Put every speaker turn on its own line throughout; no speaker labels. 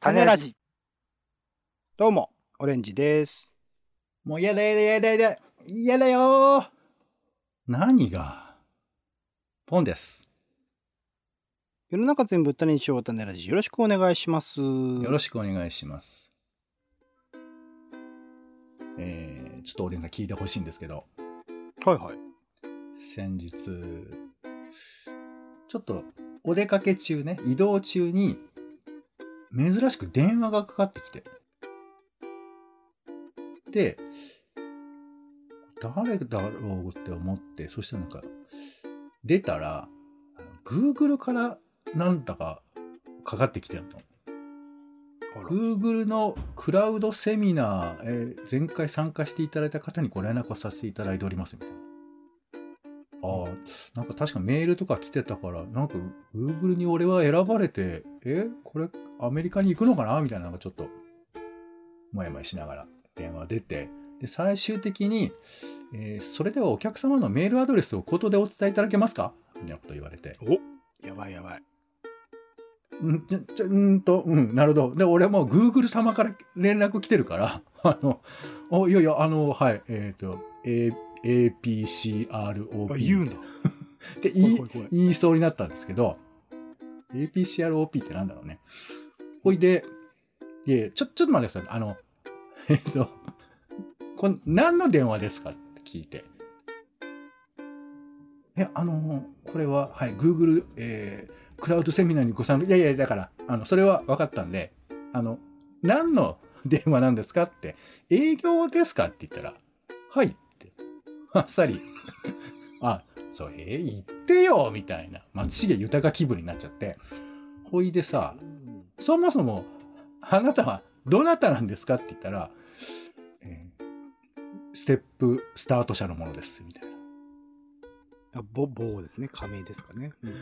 種ラジ。どうも、オレンジです。
もう嫌だ嫌だ嫌だ嫌だ嫌だよー何がポンです。
世の中全部種にしよう、種ラジ。よろしくお願いします。
よろしくお願いします。えー、ちょっとオレンジさん聞いてほしいんですけど、
はいはい。
先日、ちょっとお出かけ中ね、移動中に、珍しく電話がかかってきて。で、誰だろうって思って、そしたらなんか、出たら、Google からなんだかかかってきてんの。
あら
Google のクラウドセミナー、えー前回参加していただいた方にご連絡をさせていただいておりますみたいな。ああ、なんか確かメールとか来てたから、なんか Google に俺は選ばれて、えこれアメリカに行くのかなみたいなのがちょっと、もやもやしながら電話出て、で、最終的に、えーそれではお客様のメールアドレスを口頭でお伝えいただけますかみたいなこと言われて、
やばいやばい。
うんちょちょうーんと、うん、なるほど。で、俺はもう Google 様から連絡来てるから、 あの、おいやいや、あの、はい、えっ、と、A、
あ
APCROP。
言うんだ。
って
怖
言
い
い
怖い怖い。
言いそうになったんですけど、APCROP ってなんだろうね。ほいで、いえ、ちょ、ちょっと待ってください。あの、 えっと、これ何の電話ですかって聞いて。え、あの、これは、はい、Google、えークラウドセミナーにご参加、いやいや、だから、あの、それは分かったんで、あの、何の電話なんですかって、営業ですかって言ったら、はいって、あっさり、あ、それ言ってよみたいな松重豊気分になっちゃってほいでさそもそもあなたはどなたなんですかって言ったら、えーステップスタート社のものですみたいな
あぼ、棒ですね。仮名ですかね。うんうん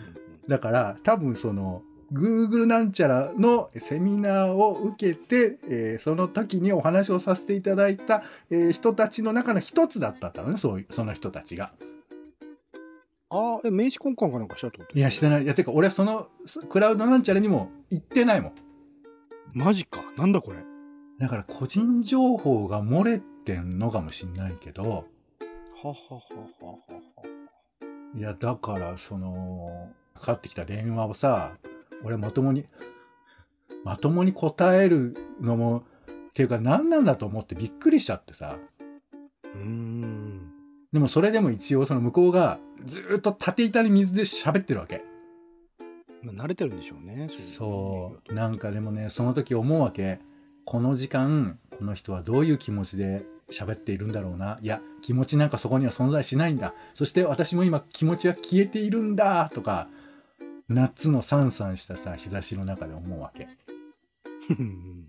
だから多分その Google なんちゃらのセミナーを受けて、えーその時にお話をさせていただいた、えー人たちの中の一つだったんだろうねそういうその人たちが。
うんあーえ、名刺交換かなんかしたってこと
いやしてないいやてか俺はそのすクラウドなんちゃらにも行ってないもん。
マジか。なんだこれ。
だから個人情報が漏れてんのかもしんないけど、
はははははい
や、だから、その、かかってきた電話をさ、俺まともに、まともに答えるのも、っていうか何なんだと思ってびっくりしちゃってさ。
うーん。
でもそれでも一応その向こうがずーっと縦板に水で喋ってるわけ。
まあ慣れてるんでしょうね。
そう。なんかでもね、その時思うわけ。この時間、この人はどういう気持ちで喋っているんだろうな。いや、気持ちなんかそこには存在しないんだ。そして私も今気持ちは消えているんだ。とか、夏のサンサンしたさ、日差しの中で思うわけ。
う。うん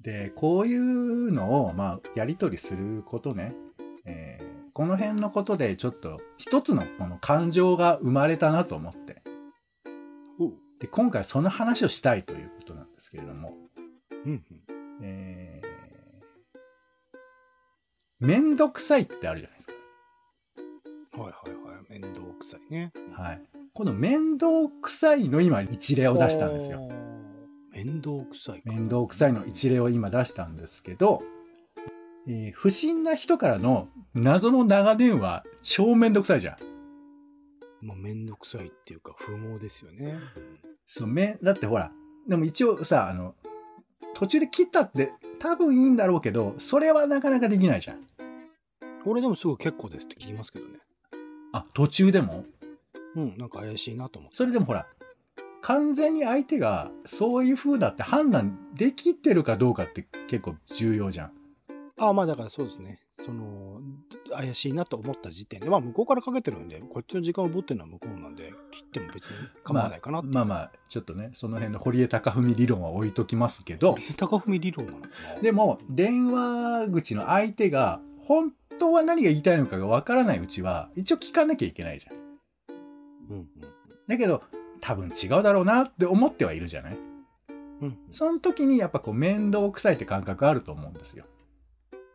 で、こういうのを、まあ、やり取りすることね。えーこの辺のことでちょっと一つのこの感情が生まれたなと思って。
ほう
で、今回その話をしたいということなんですけれども。
うん
えー、めんどくさいってあるじゃないです
うん。はいはいはい。面倒くさいね。
か。はい。この面倒くさいの今一例を出したんですよ。
あー。面倒くさいか。
面倒くさいの一例を今出したんですけど、えー不審な人からの謎の長電話、超めんどくさいじゃん。
まあ、めんどくさいっていうか、不毛ですよね。
そう、め、だってほら、でも一応さ、あの、途中で切ったって多分いいんだろうけど、それはなかなかできないじゃん。
俺でもすぐ結構ですって聞きますけどね。
あ、途中でも
うん、なんか怪しいなと思って。
それでもほら完全に相手がそういう風だって判断できてるかどうかって結構重要じゃん。
ああ、まあだからそうですね。その、怪しいなと思った時点で、まあ向こうからかけてるんで、こっちの時間を持ってるのは向こうなんで、切っても別に構わないかなって。
まあまあちょっとねその辺の堀江貴文理論は置いときますけど
高文理論なのかな
でも電話口の相手が本当は何が言いたいのかがわからないうちは一応聞かなきゃいけないじゃん。
うん
だけど多分違うだろうなって思ってはいるじゃな
う
い
ん。うん
その時にやっぱこう面倒くさいって感覚あると思うんですよ。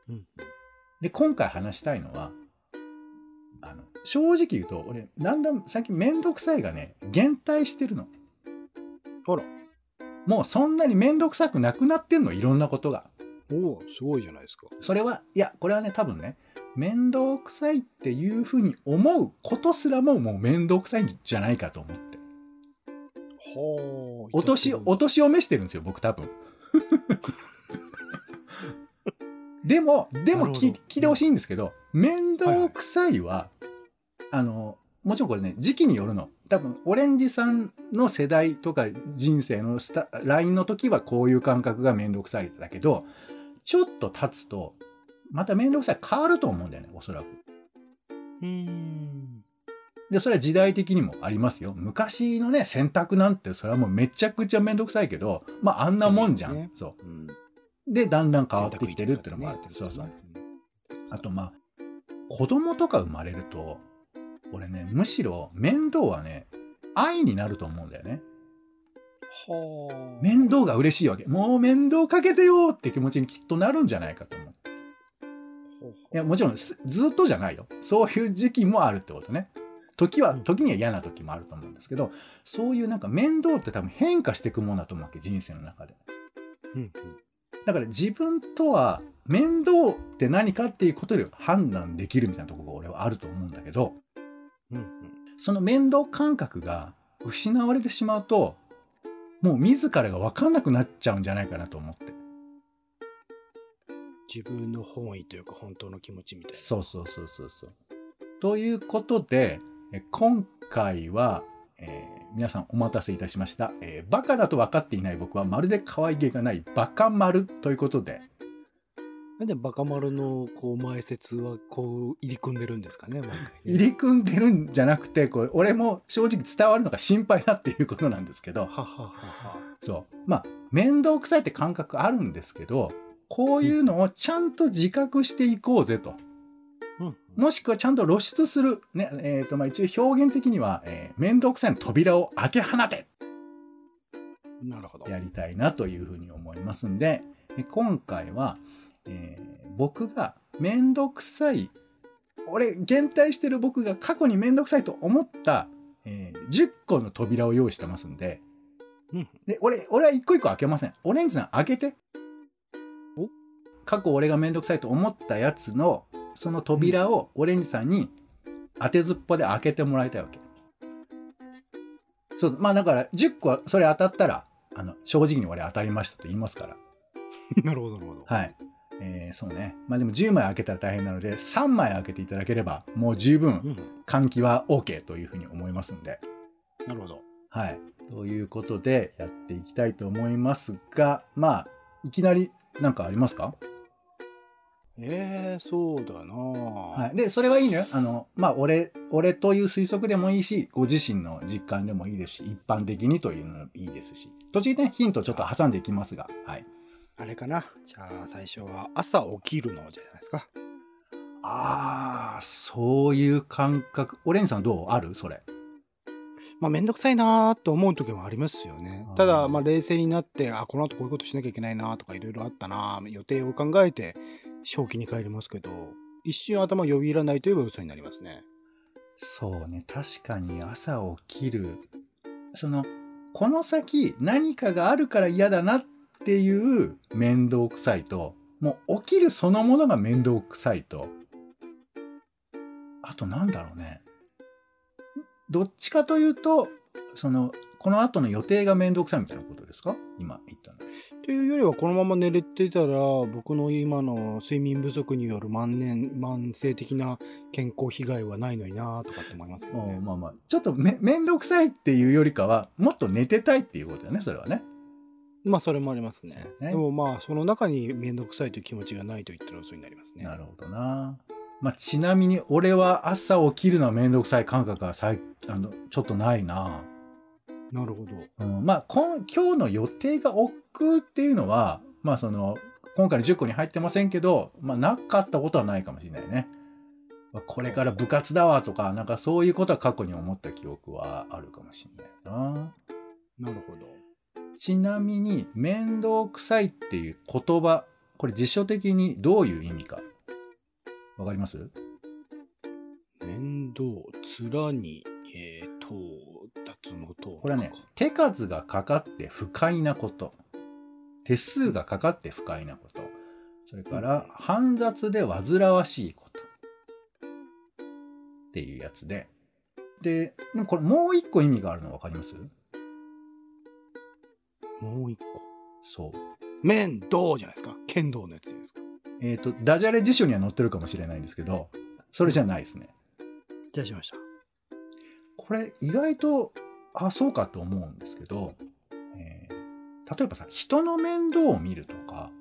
うん。
で今回話したいのはあの正直言うと俺だんだん最近面倒くさいがね減退してるの
あら。
もうそんなに面倒くさくなくなってんのいろんなことが。
おお、すごいじゃないですか。
それは、いや、これはね、多分ね、面倒くさいっていうふうに思うことすらももう面倒くさいんじゃないかと思って。
はあ。
お年、お年を召してるんですよ、僕多分。 でも、で
なるほ
も
ど
聞聞いてほしいんですけど、面倒くさいは、あの、もちろんこれね、時期によるの。多分、オレンジさんの世代とか人生のスタ、ラインの時はこういう感覚が面倒くさいだけど、ちょっと経つと、また面倒くさい変わると思うんだよね、おそらく。
うーん。
で、それは時代的にもありますよ。昔のね、選択なんて、それはもうめちゃくちゃめんどくさいけど、まあ、あんなもんじゃん。
そ
そうう,、
ですねうん。
で、だんだん変わってきてるっていうのもある。
選
そう
択肢
そ
がね
う。あと、まあ、子供とか生まれると、俺ね、むしろ面倒はね、愛になると思うんだよね。
はあ。
面倒が嬉しいわけ。もう面倒かけてよって気持ちにきっとなるんじゃないかと思う。
ほうほう
いや、もちろんすずっとじゃないよ。そういう時期もあるってことね。時は、時には嫌な時もあると思うんですけど、そういうなんか面倒って多分変化していくものだと思うわけ、人生の中で。
うん
だから自分とは面倒って何かっていうことで判断できるみたいなところが俺はあると思うんだけど、
うん。うん
その面倒感覚が失われてしまうと、もう自らが分かんなくなっちゃうんじゃないかなと思って。
自分の本意というか本当の気持ちみたい
そうそうそうそうそう。ということで、え今回は、えー皆さんお待たせいたしました、えーバカだと分かっていない僕はまるで可愛げがないバカ丸ということで、
な。なんでバカ丸のこう前説はこう入り組んでるんですかね、毎回ね。
入り組んでるんじゃなくて、これ俺も正直伝わるのが心配だっていうことなんですけど、
はははは。
そう。まあ、面倒くさいって感覚あるんですけど、こういうのをちゃんと自覚していこうぜと。
うん。
もしくはちゃんと露出する。ね、えっ、と、まあ一応表現的には、えー面倒くさいの扉を開け放て
なるほど。
やりたいなというふうに思いますんで、え今回は、えー僕が面倒くさい、俺、減退してる僕が過去に面倒くさいと思った、えー10個の扉を用意してますんで、
うん
で、俺、俺は一個一個開けません。オレンジさん開けて
お。
過去俺がめんどくさいと思ったやつの、その扉をオレンジさんに当てずっぽで開けてもらいたいわけ。そう、まあだから10個はそれ当たったら、あの、正直に俺当たりましたと言いますから。
なるほど、なるほど。
はい。えー、そうね。まあでも10枚開けたら大変なので、3枚開けていただければ、もう十
う
分
ん。
換気は OK というふうに思いますんで。
なるほど。
はい。ということで、やっていきたいと思いますが、まあ、いきなりなんかありますか
ええそうだな
は。
はい
で、それはいいのよ。あの、まあ、俺、俺という推測でもいいし、ご自身の実感でもいいですし、一般的にというのもいいですし。途中でね、ヒントちょっと挟んでいきますが、はい。
あれかなじゃあ最初は朝起きるのじゃないですか。
あー、そういう感覚。オレンジさんどうあるそれ。
まあめんどくさいなと思う時もありますよね
あー。
ただまあ冷静になって、あ、この後こういうことしなきゃいけないなとかいろいろあったな予定を考えて正気に帰りますけど、一瞬頭よぎらないといえば嘘になりますね。
そうね。確かに朝起きる。その、この先何かがあるから嫌だなっていう面倒くさいと、もう起きるそのものが面倒くさいと、あとなんだろうね。どっちかというと、その、この後の予定が面倒くさいみたいなことですか今言ったの。
というよりはこのまま寝れてたら僕の今の睡眠不足による万年慢性的な健康被害はないのになとかって思いますけど
う
ね
ん。まあまあ、ちょっとめ、面倒くさいっていうよりかは、もっと寝てたいっていうことだよね、それはね。
まあそれもあります
そう
ね。
ね
でもまあその中に面倒くさいという気持ちがないと言ったら嘘になりますね。
なるほどな。まあ、ちなみに俺は朝起きるのはめんどくさい感覚はさいあのちょっとないな。
なるほど。
うん、まあ今今日の予定が億劫っていうのは、まあその、今回の10個に入ってませんけど、まあなかったことはないかもしれないね。まあこれから部活だわとか、なんかそういうことは過去に思った記憶はあるかもしれないな。
なるほど。
ちなみに、面倒くさいっていう言葉、これ辞書的にどういう意味か。わかります
面倒、面に、えー、と、脱のと、
これはね、手数がかかって不快なこと。手数がかかって不快なこと。それから、煩雑で煩わしいこと。っていうやつで。で、でもこれもう一個意味があるの分かります
もう一個。
そう。
面倒じゃないですか。剣道のやつですか。
えっ、と、ダジャレ辞書には載ってるかもしれないんですけど、それじゃないですね。
じゃあしました。
これ意外とあそうかと思うんですけど、えー例えばさ人の面倒を見るとか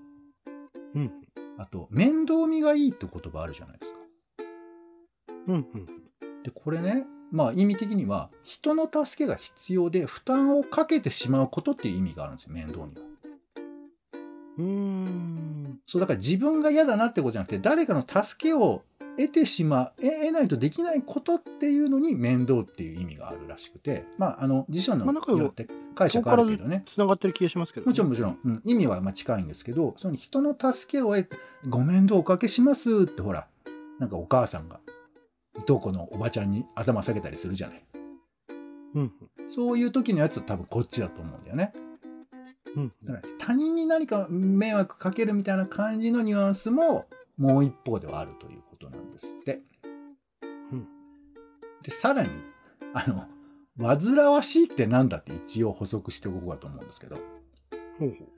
うん。
あと面倒見がいいって言葉あるじゃないですか。
うんうん。
でこれねまあ意味的には人の助けが必要で負担をかけてしまうことっていう意味があるんですよ面倒には。
うーん。
そうだから自分が嫌だなってことじゃなくて誰かの助けを得てしまうえ得ないとできないことっていうのに面倒っていう意味があるらしくてまああの辞書の
まあなんか
によって解釈あるけどね。
繋がってる気がしますけどね、
もちろんもちろん、うん、意味はまあ近いんですけどその人の助けを得て「ご面倒おかけします」ってほらなんかお母さんがいとこのおばちゃんに頭下げたりするじゃない
うん
そういう時のやつ多分こっちだと思うんだよね
うん。うん。
だから他人に何か迷惑かけるみたいな感じのニュアンスももう一方ではあるということなんですって、
うん
でさらにあの煩わしいってなんだって一応補足しておこうかと思うんですけど
ほうほう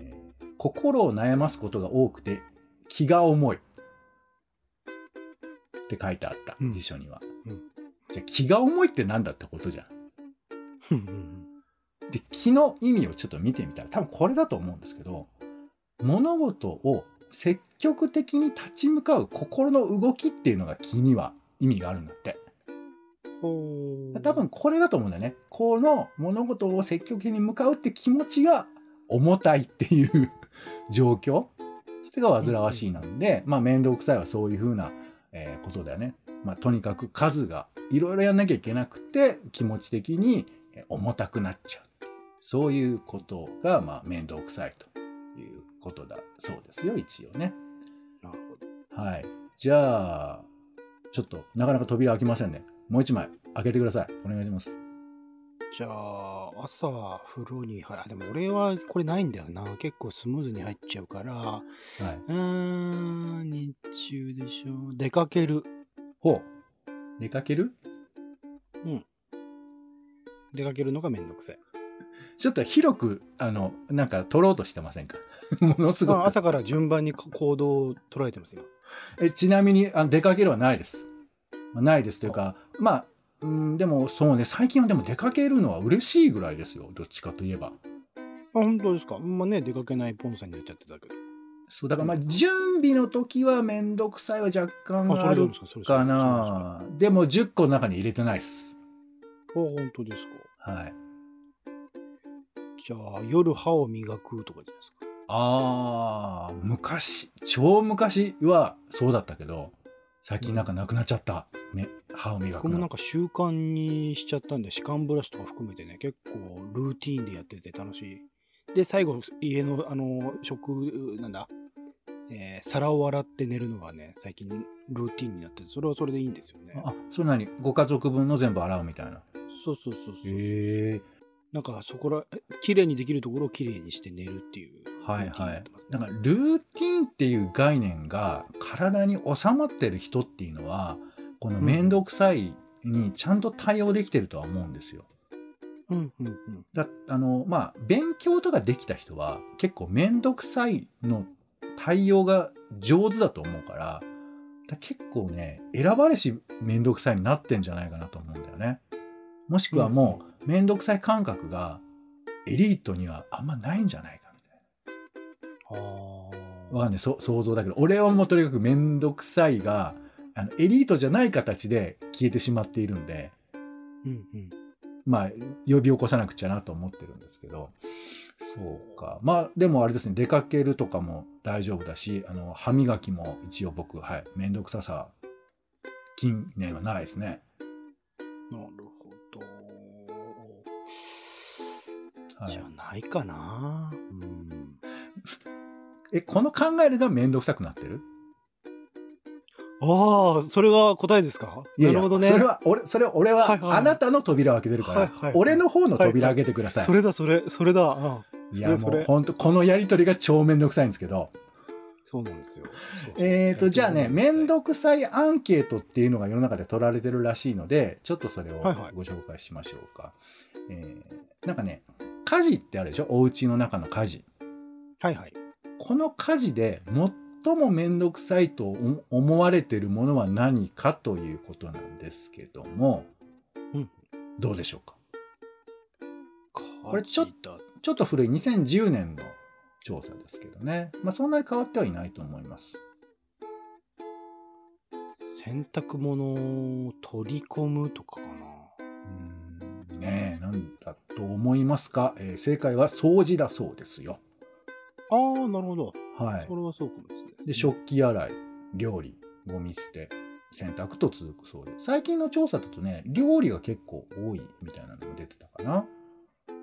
えー心を悩ますことが多くて気が重いって書いてあった、
うん
辞書には、
うん
じゃあ気が重いってなんだってことじゃん
うんうん
で気の意味をちょっと見てみたら多分これだと思うんですけど物事を積極的に立ち向かう心の動きっていうのが気には意味があるんだって
うん。ほう
多分これだと思うんだよねこの物事を積極的に向かうって気持ちが重たいっていう 状況それが煩わしいなんで、まあ面倒くさいはそういうふうな、えーことだよね、まあ、とにかく数がいろいろやんなきゃいけなくて気持ち的にえー重たくなっちゃうそういうことが、まあ、面倒くさいということだそうですよ一応ね
なるほど。
はいじゃあちょっとなかなか扉開きませんねもう一枚開けてくださいお願いします
じゃあ、朝、風呂に入る。あでも俺はこれないんだよな。結構スムーズに入っちゃうから。
はいう
ーん、日中でしょ。出かける。
ほう。出かける
出かけるのがめんどくさい。
ちょっと広く、あの、なんか取ろうとしてませんか ものすご
あ
く。
朝から順番に行動を捉えてます、今。
えちなみにあの、出かけるはないです。まあないですというか、まあ、うん、でもそうね、最近はでも出かけるのは嬉しいぐらいですよ。どっちかといえば。
あ、本当ですか。まあね、出かけないポンさんになっちゃってたけど。
そう、だからまあ、準備の時はめんどくさいは若干
あ、そ
あ
れでいいんです
る
か、それでいいんです
か。な。でも10個の中に入れてないです。
それでいいんですかあ、本当ですか。
はい。
じゃあ、夜歯を磨くとかじゃないですか。
あー、昔、超昔はそうだったけど、最近なんかなくなっちゃった。ね、歯を磨く
僕もなん
の。
か習慣にしちゃったんで、歯間ブラシとか含めてね、結構ルーティーンでやってて楽しい。で、最後、家の、あの、食、なんだ、えー皿を洗って寝るのがね、最近ルーティーンになってて、それはそれでいいんですよね。
あ、それなにご家族分の全部洗うみたいな。
そうそうそうそう。
へえ。
なんかそこら、え綺麗にできるところを綺麗にして寝るっていう。
はい
ルーティンに
は
なっ
い
てますね。
だからルーティンっていう概念が体に収まってる人っていうのは、この面倒くさいにちゃんと対応できてるとは思うんですよ。
うんうんうん。
だあのまあ勉強とかできた人は結構面倒くさいの対応が上手だと思うからだ結構ね選ばれし面倒くさいになってんじゃないかなと思うんだよね。もしくはもう面倒くさい感覚がエリートにはあんまないんじゃないかみたい
あ
な。わかんないそ想像だけど俺はもうとにかく面倒くさいがあのエリートじゃない形で消えてしまっているんで。
うんうん。
まあ、呼び起こさなくちゃなと思ってるんですけど、そうか。まあ、でもあれですね、出かけるとかも大丈夫だし、あの、歯磨きも一応僕、はい、めんどくささ、近年はないですね。
なるほど。
は
じ
い
ゃ、ないかな。うん。
え、この考えるがめんどくさくなってる
ああ、それが答えですか
いやい
なる
や
ほどね。
それは、俺、それは俺
はいはい
は、あなたの扉を開けてるから、
はいはいはい
俺の方の扉開けてください。
それだ、それ、それだ。うん
い
そ
や、
れ、そ
もう
れ。
本当このやりとりが超めんどくさいんですけど。
そうなんですよ。そうそう
えーと、じゃあね、めん
は
どくさいアンケートっていうのが世の中で取られてるらしいので、ちょっとそれを
はいはい
ご紹介しましょうか。えーなんかね、家事ってあるでしょお家の中の家事。
いはい。
この家事で最もめんどくさいと思思われてるものは何かということなんですけども、
うん
どうでしょうか
こ
れちょっちょっと古い2010年の調査ですけどね。まあそんなに変わってはいないと思います。
洗濯物を取り込むとかかな。
うーんねえ、なんだと思いますか、えー正解は掃除だそうですよ。
ああ、なるほど。
はい
そ。れはそうかもしれない
で、
すね。
食器洗い、料理、ゴミ捨て、洗濯と続くそうです。最近の調査だとね、料理が結構多いみたいなのも出てたかな。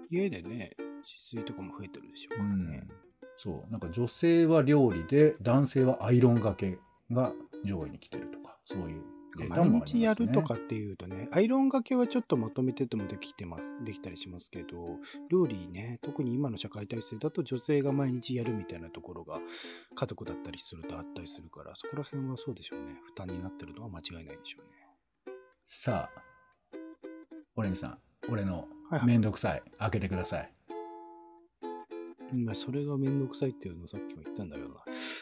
家でね、自炊とかも増えてるでしょう
う
からね
ん。。そう。なんか女性は料理で、男性はアイロンがけが上位に来てるとか、そういうデータもあ
毎
りますね。
日やるとかっていうとね、アイロンがけはちょっとまとめててもできてます、できたりしますけど、料理ね、特に今の社会体制だと女性が毎日やるみたいなところが家族だったりするとあったりするから、そこら辺はそうでしょうね。負担になってるのは間違いないでしょうね。
さあ、オレンジさん、俺の
はいはい
めんどくさい、開けてください。
今それがめんどくさいっていうのをさっきも言ったんだけどな。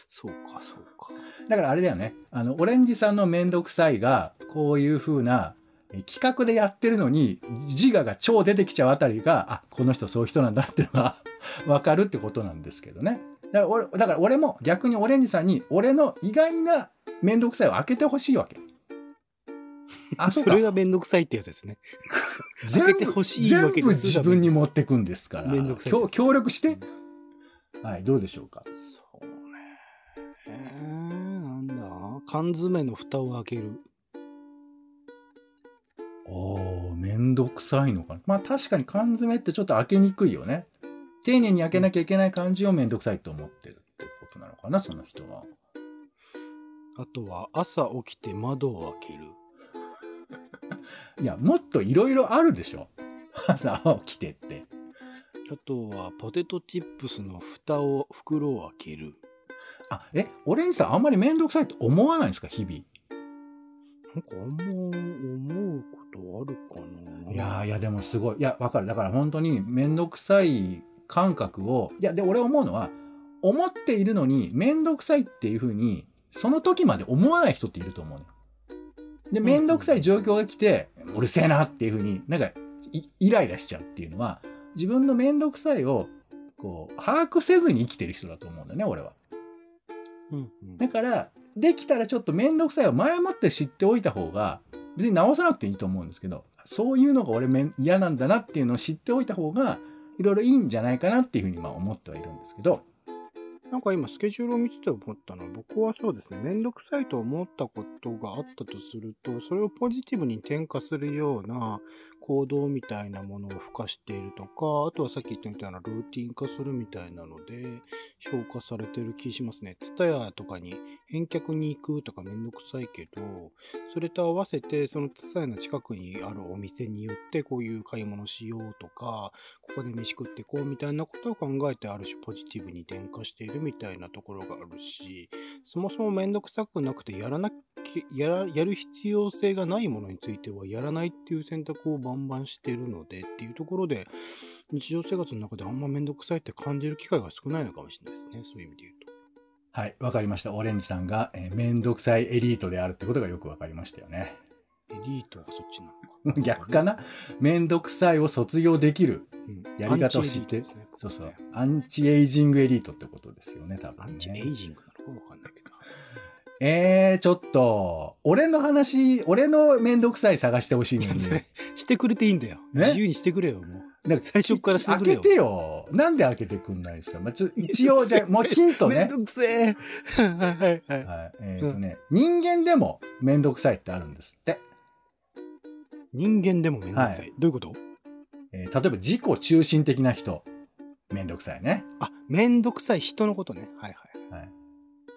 そうか、そうか。
だからあれだよね、あの、オレンジさんのめんどくさいが、こういう風な、え企画でやってるのに、自我が超出てきちゃうあたりが、あ、この人そういう人なんだっていうのが、 わかるってことなんですけどね。だから俺、だから俺も逆にオレンジさんに、俺の意外なめんどくさいを開けてほしいわけ。あ、そう
そ
か
れ。がめんどくさいってやつですね。
全
開けて
部
ほしいわけ
全部
です
自分に持ってくんですから。
めんどくさいです
協協力して。はい、どうでしょうか。
そうね。えー、なんだ缶詰の蓋を開ける。
おー、めんどくさいのかな。まあ確かに缶詰ってちょっと開けにくいよね。丁寧に開けなきゃいけない感じをめんどくさいと思ってるってことなのかな、その人は。
あとは朝起きて窓を開ける。
いや、もっといろいろあるでしょ。朝起きてって。
あとはポテトチップスの蓋を袋を開ける。
あ、え、オレンジさんあんまりめんどくさいと思わないんですか、日々。
なんかあんま思うことあるかない
やーいやでもすごいいやわかるだから本当に面倒くさい感覚をいやで俺思うのは思っているのに面倒くさいっていう風にその時まで思わない人っていると思うので面倒くさい状況が来てうるせえなっていう風になんかいイライラしちゃうっていうのは自分の面倒くさいをこう把握せずに生きてる人だと思うんだよね俺は。
うんうん
だから、できたらちょっと面倒くさいを前もって知っておいた方が、別に直さなくていいと思うんですけど、そういうのが俺めん嫌なんだなっていうのを知っておいた方が、いろいろいいんじゃないかなっていうふうにまあ思ってはいるんですけど、
なんか今スケジュールを見てて思ったのは僕はそうですねめんどくさいと思ったことがあったとするとそれをポジティブに転化するような行動みたいなものを付加しているとかあとはさっき言ったみたいなルーティン化するみたいなので消化されてる気しますね。ツタヤとかに返却に行くとかめんどくさいけどそれと合わせてそのツタヤの近くにあるお店によってこういう買い物しようとかここで飯食ってこうみたいなことを考えてある種ポジティブに転化しているみたいなところがあるしそもそも面倒くさくなくてやらなきやらやる必要性がないものについてはやらないっていう選択をバンバンしてるのでっていうところで日常生活の中であんま面倒くさいって感じる機会が少ないのかもしれないですねそういう意味で言うと。
はい、わかりました。オレンジさんが、えー、めんどくさいエリートであるってことがよくわかりましたよね。。
エリートがそっちなのか
逆かなめんどくさいを卒業できる。
うん、
やり方を知っ
アンチエリートで
て
すね
そうそう。アンチエイジングエリートってことですよね、多
ア
分ね。
ンチエイジングなのかわかんないけど。
えー、ちょっと、俺の話、俺のめんどくさい探してほしいのに。
してくれていいんだよ。
ね
自由にしてくれよ、もう。
なんか
最初からしてくれよ
開けてよ。なんで開けてくんないですか、まあ、ちょ一応、じゃあもうヒント
めん
ね。
どくせえ。はいはいはい。
はい、えっ、とね、人間でもめんどくさいってあるんですって。
人間でもめんどくさい。
は
どういうこと
えー例えば自己中心的な人、めんどくさいね。
あ、めんどくさい人のことね。はいはい。
はい、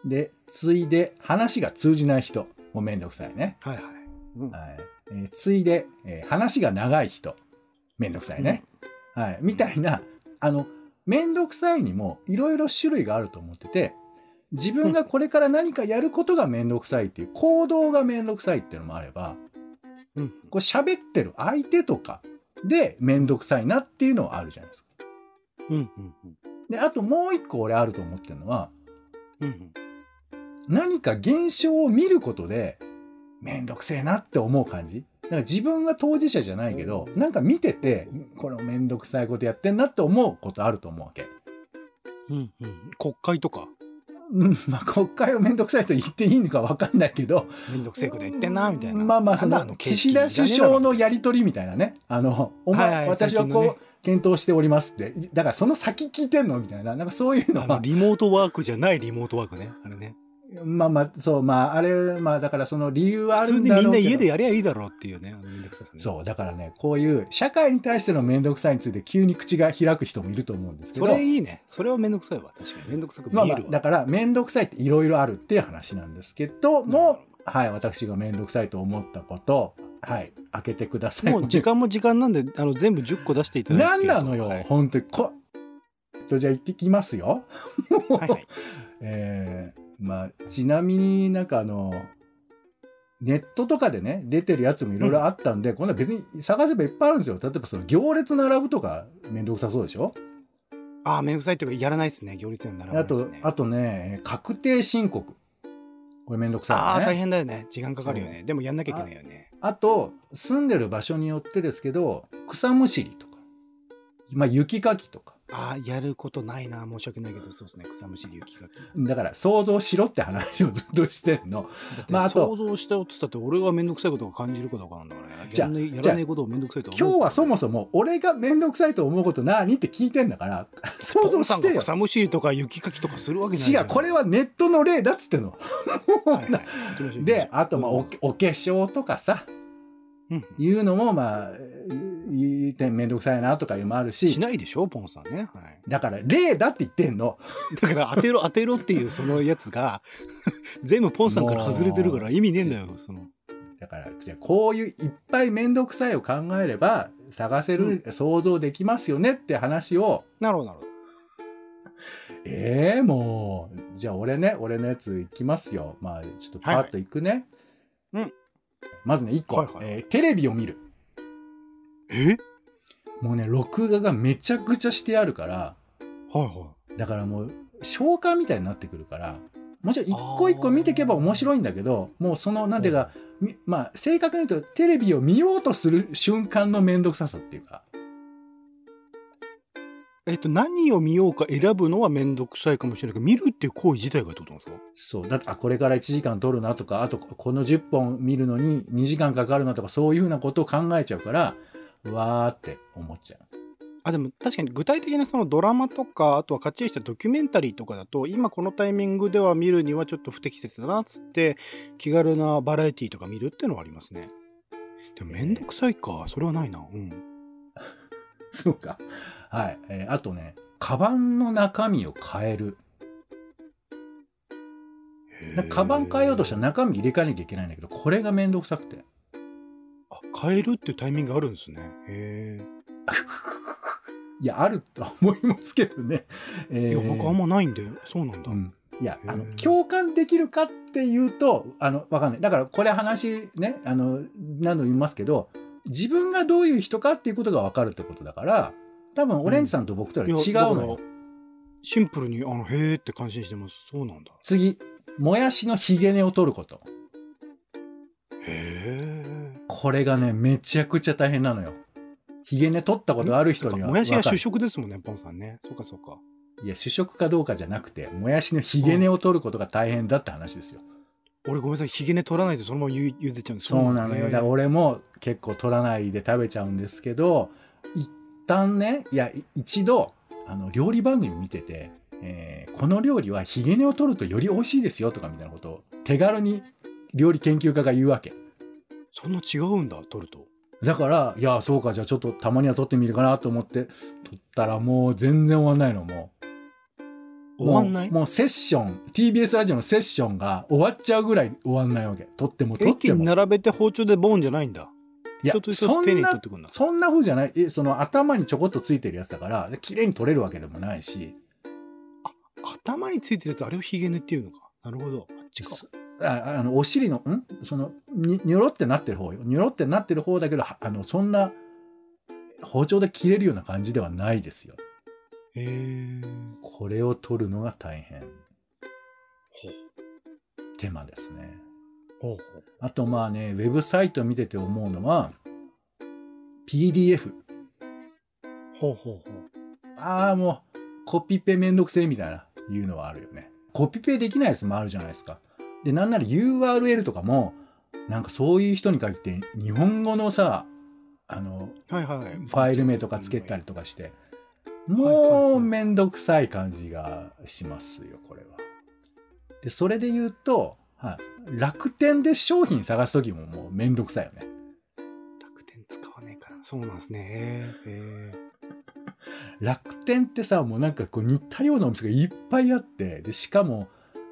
で、次いで話が通じない人、もうめんどくさいね。
はいはい。うん
はいえーついで、えー話が長い人、めんどくさいね。はい、みたいな、あの、めんどくさいにもいろいろ種類があると思ってて、自分がこれから何かやることがめんどくさいっていう、行動がめんどくさいっていうのもあれば、
うん。
こう喋ってる相手とかでめんどくさいなっていうのはあるじゃないですか。
うん。うん。うん
で、あともう一個俺あると思ってるのは、
うん。
何か現象を見ることで、めんどくせえなって思う感じ。だから自分が当事者じゃないけど、なんか見てて、これめんどくさいことやってんなって思うことあると思うわけ。
うん。うん。国会とか、
うん、まあ国会をめんどくさいと言っていいのかわかんないけど、
めんどくせえこと言ってんな、みたいな。
まあまあ、そ
なんだ
の、岸田首相のやりとりみたいなね。あの、お前、
はいはい
私はこ
最
う、
近のね
検討しておりますって。だからその先聞いてんのみたいな。なんかそういうの
あの
は、
リモートワークじゃないリモートワークね。あれね。
まあまあ、そう、まあ、あれ、まあだからその理由はあ
普
る
通
ん
に
だろ
み
うん
な
けど
家でやりゃいいだろうっていうね。あのめんどくささね。
そう、だからね、こういう社会に対してのめんどくさいについて急に口が開く人もいると思うんですけ
そ
ど、
れいいね。それはめんどくさいわ。確かに。めんどくさく
まあ
見
ま
え
あ
る、
だ
わ。
からめんどくさいっていろいろあるっていう話なんですけども、はい、私がめんどくさいと思ったこと、はい、開けてください。
もう時間も時間なんで、あの、全部10個出していただいて。
何なのよ、
はい
本当に。ことじゃあ行ってきますよ。
はいはい。
えーまあ、ちなみになんかあの、ネットとかでね、出てるやつもいろいろあったんで、こんな別に探せばいっぱいあるんですよ。例えばその行列並ぶとかめんどくさそうでしょ
ああ、めんどくさいっていうか、やらないですね。行列には並ば
あ
ないです
と
ね、。
あとね、確定申告。これめんどくさいよね。
ああ、大変だよね。時間かかるよね。でもやんなきゃいけないよね。
あと、住んでる場所によってですけど、草むしりとか、まあ雪かきとか。
ああ、やることないな。申し訳ないけど、そうですね。草むしり雪かき。
だから想像しろって話をずっとしてんの。
だって、
まああと
想像したよって言ったって、俺がめんどくさいことを感じることだからなんだからね。
じゃあ
やんないやらないことをめんどくさいと
今日はそも
そ
そも俺がめんどくさいと思うこと何って聞いてんだから、 想像してよ。
草むしりとか雪かきとかするわけないじ
違
ゃ
う、
ん
これはネットの例だっつってんの。
はいはい行きましょう行きましょう
で、あとまあおお化粧とかさ、
うん
いうのもまあ、言うてめんどくさいなとかいうのもある
し
し、
ないでしょポンさんね、はい、
だから例だって言ってんの。
だから当てろ当てろっていうそのやつが 全部ポンさんから外れてるから意味ねえんだよその
だから、じゃあこういういっぱい面倒くさいを考えれば、探せる、想像できますよねって話を、
なるほどなるほど
ええもう、じゃあ俺ね、俺のやついきますよ。まあ、ちょっとパ
はいはい
ッといくね。
うん。
まずね、一個、
はいはい
えーテレビを見る。
え
もうね、録画がめちゃくちゃしてあるから、
はいは
だからもう、消化みたいになってくるから、もちろん一個一個見ていけば面白いんだけど、もうその、なんていうか、みまあ、正確に言うと、テレビを見ようとする瞬間の面倒くささっていうか、
いえっと何を見ようか選ぶのは面倒くさいかもしれないけど見るっていう行為自体がってことなんですか
そう。だって、あ、これから1時間撮るなとか、あと、この10本見るのに2時間かかるなとか、そういうふうなことを考えちゃうから、うわーって思っちゃう。
あでも確かに具体的なそのドラマとかあとはかっちりしたドキュメンタリーとかだと今このタイミングでは見るにはちょっと不適切だなっつって気軽なバラエティとか見るってのはありますねでもめんどくさいかそれはないなうん
そうか。はい。えーあとね、カバンの中身を変える。だカバン変えようとしたら中身入れ替えなきゃいけないんだけど、これがめんどくさくて。
あ変えるっていうタイミングがあるんですねへ
いや、あるとは思いますけどね。え
えいや
ー
僕あんまないんでそうなんだ、
うん、いやあの
へー
共感できるかっていうとあのわかんないだからこれ話ねあの何度も言いますけど自分がどういう人かっていうことがわかるってことだから多分オレンジさんと僕とは違う
いやだ
の
か
よ、
らシンプルにあのへえって感心してますそうなんだ
次もやしのひげ根を取ること
へえ
これがねめちゃくちゃ大変なのよひげ根取ったことある人には
もやしが
わかる
主食ですもんねポンさんねそうかそうか
いや主食かどうかじゃなくてもやしのひげ根を取ることが大変だって話ですよ、
俺ごめんなさいひげ根取らないでそのままゆゆでちゃうんです
そうなのよ。だから俺も結構取らないで食べちゃうんですけど、一旦ね、いや、い一度、あの、料理番組見てて、えーこの料理はヒゲ根を取るとより美味しいですよとかみたいなことを手軽に料理研究家が言うわけ。
そんな違うんだ取ると
だから、いや、そうか、じゃあちょっとたまには取ってみるかなと思って、取ったらもう全然終わんないの、もう。
終わんない
もうもうセッション、TBS ラジオのセッションが終わっちゃうぐらい終わんないわけ。とってもとって
駅に
も。
並べて包丁でボンじゃないんだ。
いや
一つ一
そ
つ丁寧
ん
に取
な
ってくんだ。
そんな風じゃない。え、その頭にちょこっとついてるやつだから、綺麗に取れるわけでもないし。
頭についてるやつ、あれをヒゲ根っていうのか。なるほど。あっちか。
そああの、お尻の、んその、に、にょろってなってる方よ。にょろってなってる方だけど、はあの、そんな、包丁で切れるような感じではないですよ。
へえ。
これを取るのが大変。
ほう
手間ですね。
ほうほう。
あとまあね、ウェブサイト見てて思うのは、PDF。
ほうほうほう。
ああ、もう、コピペめんどくせえみたいな、いうのはあるよね。コピペできないやつもあるじゃないですか。で、なんなら URL とかも、なんかそういう人に限って、日本語のさ、あの、
はいはい。
ファイル名とかつけたりとかして、
はいはい
も
は
う
い
めんどくさい感じがしますよ、これは。で、それで言うと、はい、楽天で商品探すときももうめんどくさいよね。
楽天使わねえから。そうなんですね。へえ。
楽天ってさもうなんかこう似たようなお店がいっぱいあってでしかも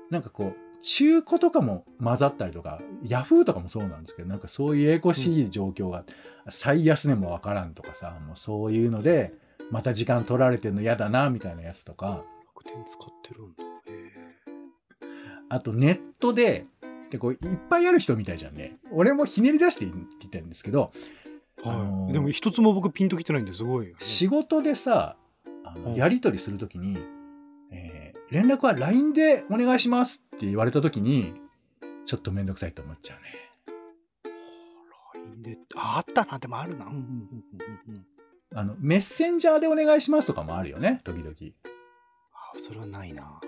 なんかこう中古とかも混ざったりとかヤフーとかもそうなんですけどなんかそういうややこしい状況が、最安値もわからんとかさもうそういうのでまた時間取られてんの嫌だなみたいなやつとか
楽天使ってるんだ。へえ。
あとネットででこういっぱいある人みたいじゃんね俺もひねり出して言ってるんですけどあの
は
ー
い。でも一つも僕ピンときてないんですごい。
仕事でさ、あの
うん
やり取りするときに、えー連絡は LINE でお願いしますって言われたときに、ちょっとめんどくさいと思っちゃうね。
ラインでああったな、でもあるな。うんうんうんうんうん。
あの、メッセンジャーでお願いしますとかもあるよね、時々。
ああ、それはないな。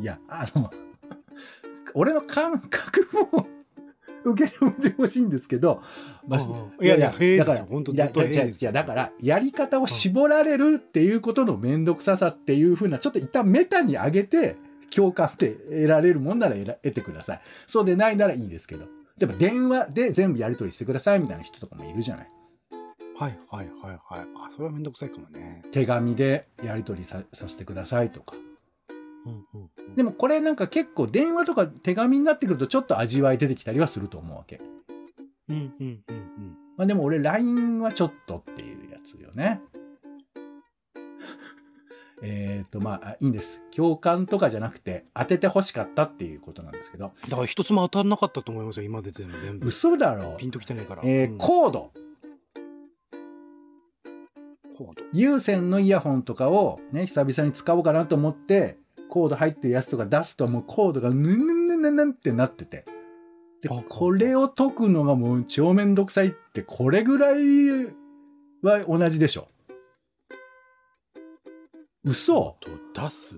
いや、あの、 俺の感覚も 受け止めてほしいんですけど、まあ
うんうんいやいや平です
だか
よ
ら
本当
いや
ずっと平です
いやいやだから、やり方を絞られるっていうことのめんどくささっていうふうな、ちょっと一旦メタに上げて、共感って得られるもんなら得ら得てください。そうでないならいいですけど。でも電話で全部やり取りしてくださいみたいな人とかもいるじゃない。
はいはいはいはい。あ、それはめんどくさいかもね。
手紙でやり取りささせてくださいとか。
うんうんうん
でもこれなんか結構電話とか手紙になってくるとちょっと味わい出てきたりはすると思うわけ。
うんうんうんうん。
まあでも俺 LINE はちょっとっていうやつよね。 えっとまああいいんです。共感とかじゃなくて当てて欲しかったっていうことなんですけど。
だから一つも当たらなかったと思いますよ、今出てるの全部。
嘘だろ
ピンときてないから。
えー
うん
コード。
コード。
有線のイヤホンとかをね、久々に使おうかなと思って、コード入ってるやつとか出すともうコードがヌンヌンヌンヌンヌンってなってて。で
あ、
これを解くのがもう超めんどくさいって、これぐらいは同じでしょ。嘘
コード出す。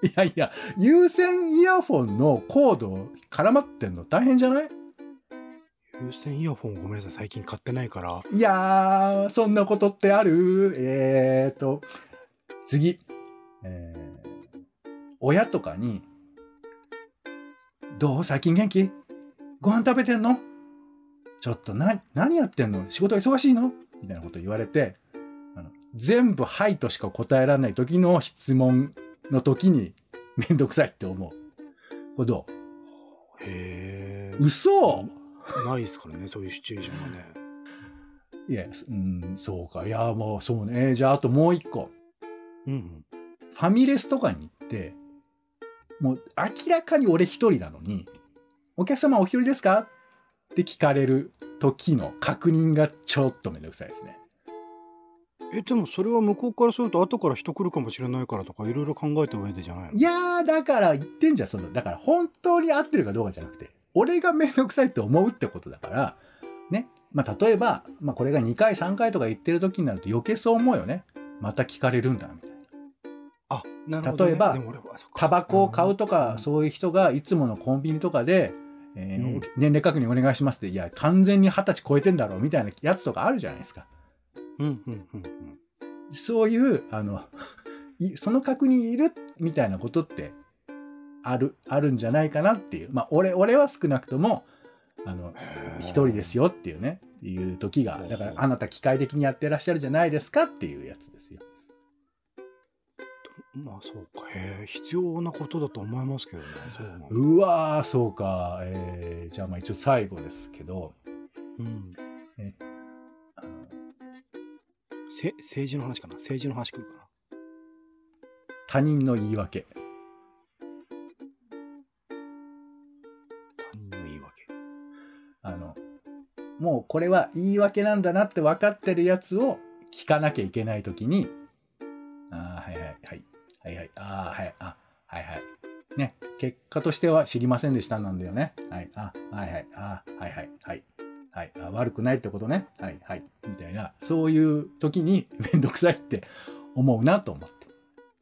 いやいや、有線イヤホンのコード絡まってんの大変じゃない
有線イヤホンごめんなさい、最近買ってないから。
いやー、そんなことってあるえーと、次。えー親とかに、どう最近元気ご飯食べてんのちょっとな、何やってんの仕事忙しいのみたいなこと言われて、あの全部はいとしか答えられない時の質問の時にめんどくさいって思う。これど
へ
う嘘
え。ないですからね、そういうシチュエーションがね。
いや、うん、そうか。いや、もうそうね。じゃあ、あともう一個。
うん
ファミレスとかに行って、もう明らかに俺一人なのに、お客様お一人ですかって聞かれる時の確認がちょっとめんどくさいですね。
うん。え、でもそれは向こうからすると、後から人来るかもしれないからとか、いろいろ考えた上でじゃないの
いやー、だから言ってんじゃん、その、だから本当に合ってるかどうかじゃなくて、俺がめんどくさいと思うってことだから、ね。まあ、例えば、まあ、これが2回、3回とか言ってる時になると余計そう思うよね。また聞かれるんだ、みたいな。
あ、なるほどね、
例えば
でも俺は、あそっか
タバコを買うと
う
か、
ん
そういう人がいつものコンビニとかで、えー
うん
年齢確認お願いしますって、いや、完全に二十歳超えてんだろうみたいなやつとかあるじゃないですか。
うんうんうんうん。
そういう、あの、 いその確認いるみたいなことって、ある、あるんじゃないかなっていう。まあ、俺、俺は少なくとも、あの、一人です
よ。
よっていうね、いう時が、だから、
うん
あなた機械的にやってらっしゃるじゃないですかっていうやつですよ。
まあそうか。へえ、必要なことだと思いますけどね。そうなんだ
うわー、そうか。えー、じゃあまあ一応最後ですけど、
うん。
えあの
せ政治の話かな政治の話来るかな
他人の言い訳。
他人の言い訳。
あの、もうこれは言い訳なんだなって分かってるやつを聞かなきゃいけないときに、ああ、はいはいはい。はいはい。ああ、はい。あはいはい。ね。結果としては知りませんでしたなんだよね。はい。あはいはい。あはいはい。はい。はい、あ悪くないってことね。はいはい。みたいな、そういう時にめんどくさいって思うなと思って。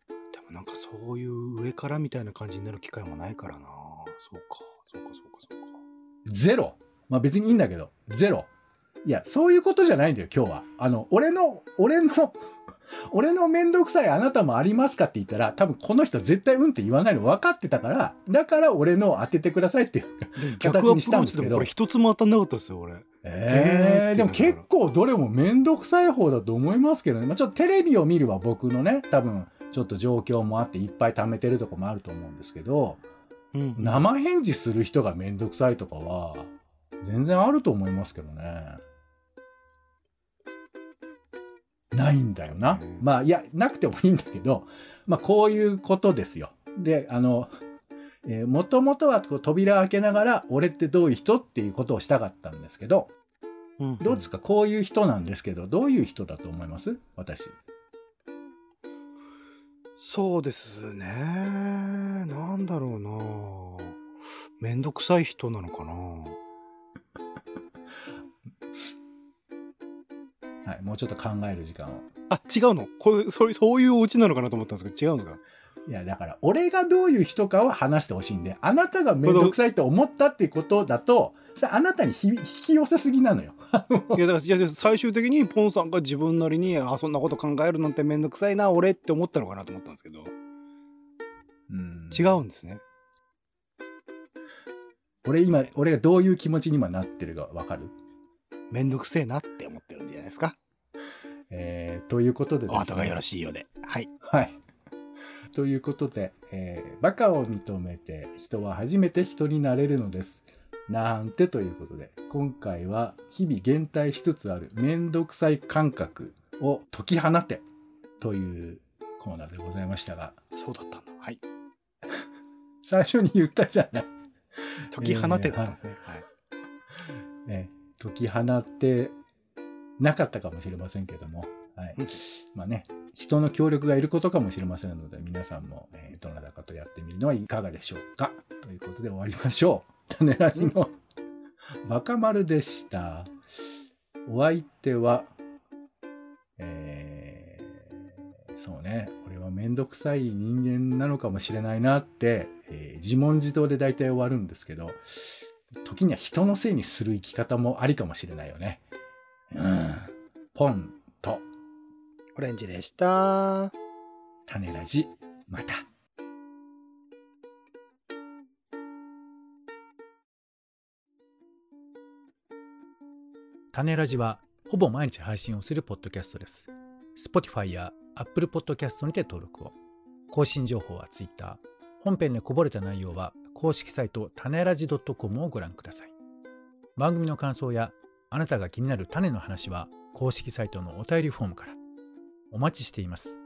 でもなんかそういう上からみたいな感じになる機会もないからな。そうか、そうか、そうか、そうか。
ゼロ。まあ別にいいんだけど、ゼロ。いや、そういうことじゃないんだよ、今日は。あの、俺の、俺の、 俺のめんどくさいあなたもありますかって言ったら、多分この人絶対うんって言わないの分かってたから、だから俺のを当ててくださいっていう。
でも逆
逆
アプロ
アプ
ー
ロー
チ
チ
で
で
もこ
もこ
れ
れ
一つも当たんなかったですよ、俺。え
え
ー
えでも結構どれもめんどくさい方だと思いますけどね。まあちょっとテレビを見るは僕のね、多分ちょっと状況もあっていっぱい貯めてるとこもあると思うんですけど、
うん
生返事する人がめんどくさいとかは、全然あると思いますけどね。ないんだよな
うん。
まあ、いや、なくてもいいんだけど、まあ、こういうことですよ。で、あの、えー、もともとはこう扉開けながら、俺ってどういう人っていうことをしたかったんですけど、
うん
どうですかこういう人なんですけど、どういう人だと思います私。
そうですね。なんだろうな。めんどくさい人なのかな。
はい、もうちょっと考える時間を。
あ、違うのこういう、そういう、そういうお家なのかなと思ったんですけど、違うんですか
いや、だから、俺がどういう人かは話してほしいんで、あなたがめんどくさいと思ったっていうことだと、さあなたにひ引き寄せすぎなのよ。
いや、だから、いや最終的にポンさんが自分なりに、あ、そんなこと考えるなんてめんどくさいな、俺って思ったのかなと思ったんですけど、違
う。
うんですね。
俺今、俺がどういう気持ちに今なってるかわかる
めんどくせえなって思ってるんじゃないですか。
えー、ということでです
お後がよろ
い。
しいようで。はい。
はい。 ということで、えー、バカを認めて人は初めて人になれるのです。なんてということで、今回は日々減退しつつあるめんどくさい感覚を解き放てというコーナーでございましたが、
そうだったんだ。はい。
最初に言ったじゃない。
解き放てだったんですね。はい。
ね、解き放ってなかったかもしれませんけども、はい
うん
まあね、人の協力がいることかもしれませんので、皆さんも、えーどなたかとやってみるのはいかがでしょうか。ということで終わりましょう。種ラジのバカ丸でした。お相手は、えーそうね、俺はめんどくさい人間なのかもしれないなって、えー自問自答で大体終わるんですけど、時には人のせいにする生き方もありかもしれないよね。うん。ポンと
オレンジでした。
種ラジ、また。
種ラジはほぼ毎日配信をするポッドキャストです。Spotify や Apple Podcast にて登録を。更新情報は Twitter。本編でこぼれた内容は公式サイト種ラジ .com をご覧ください。番組の感想やあなたが気になる種の話は公式サイトのお便りフォームから。お待ちしています。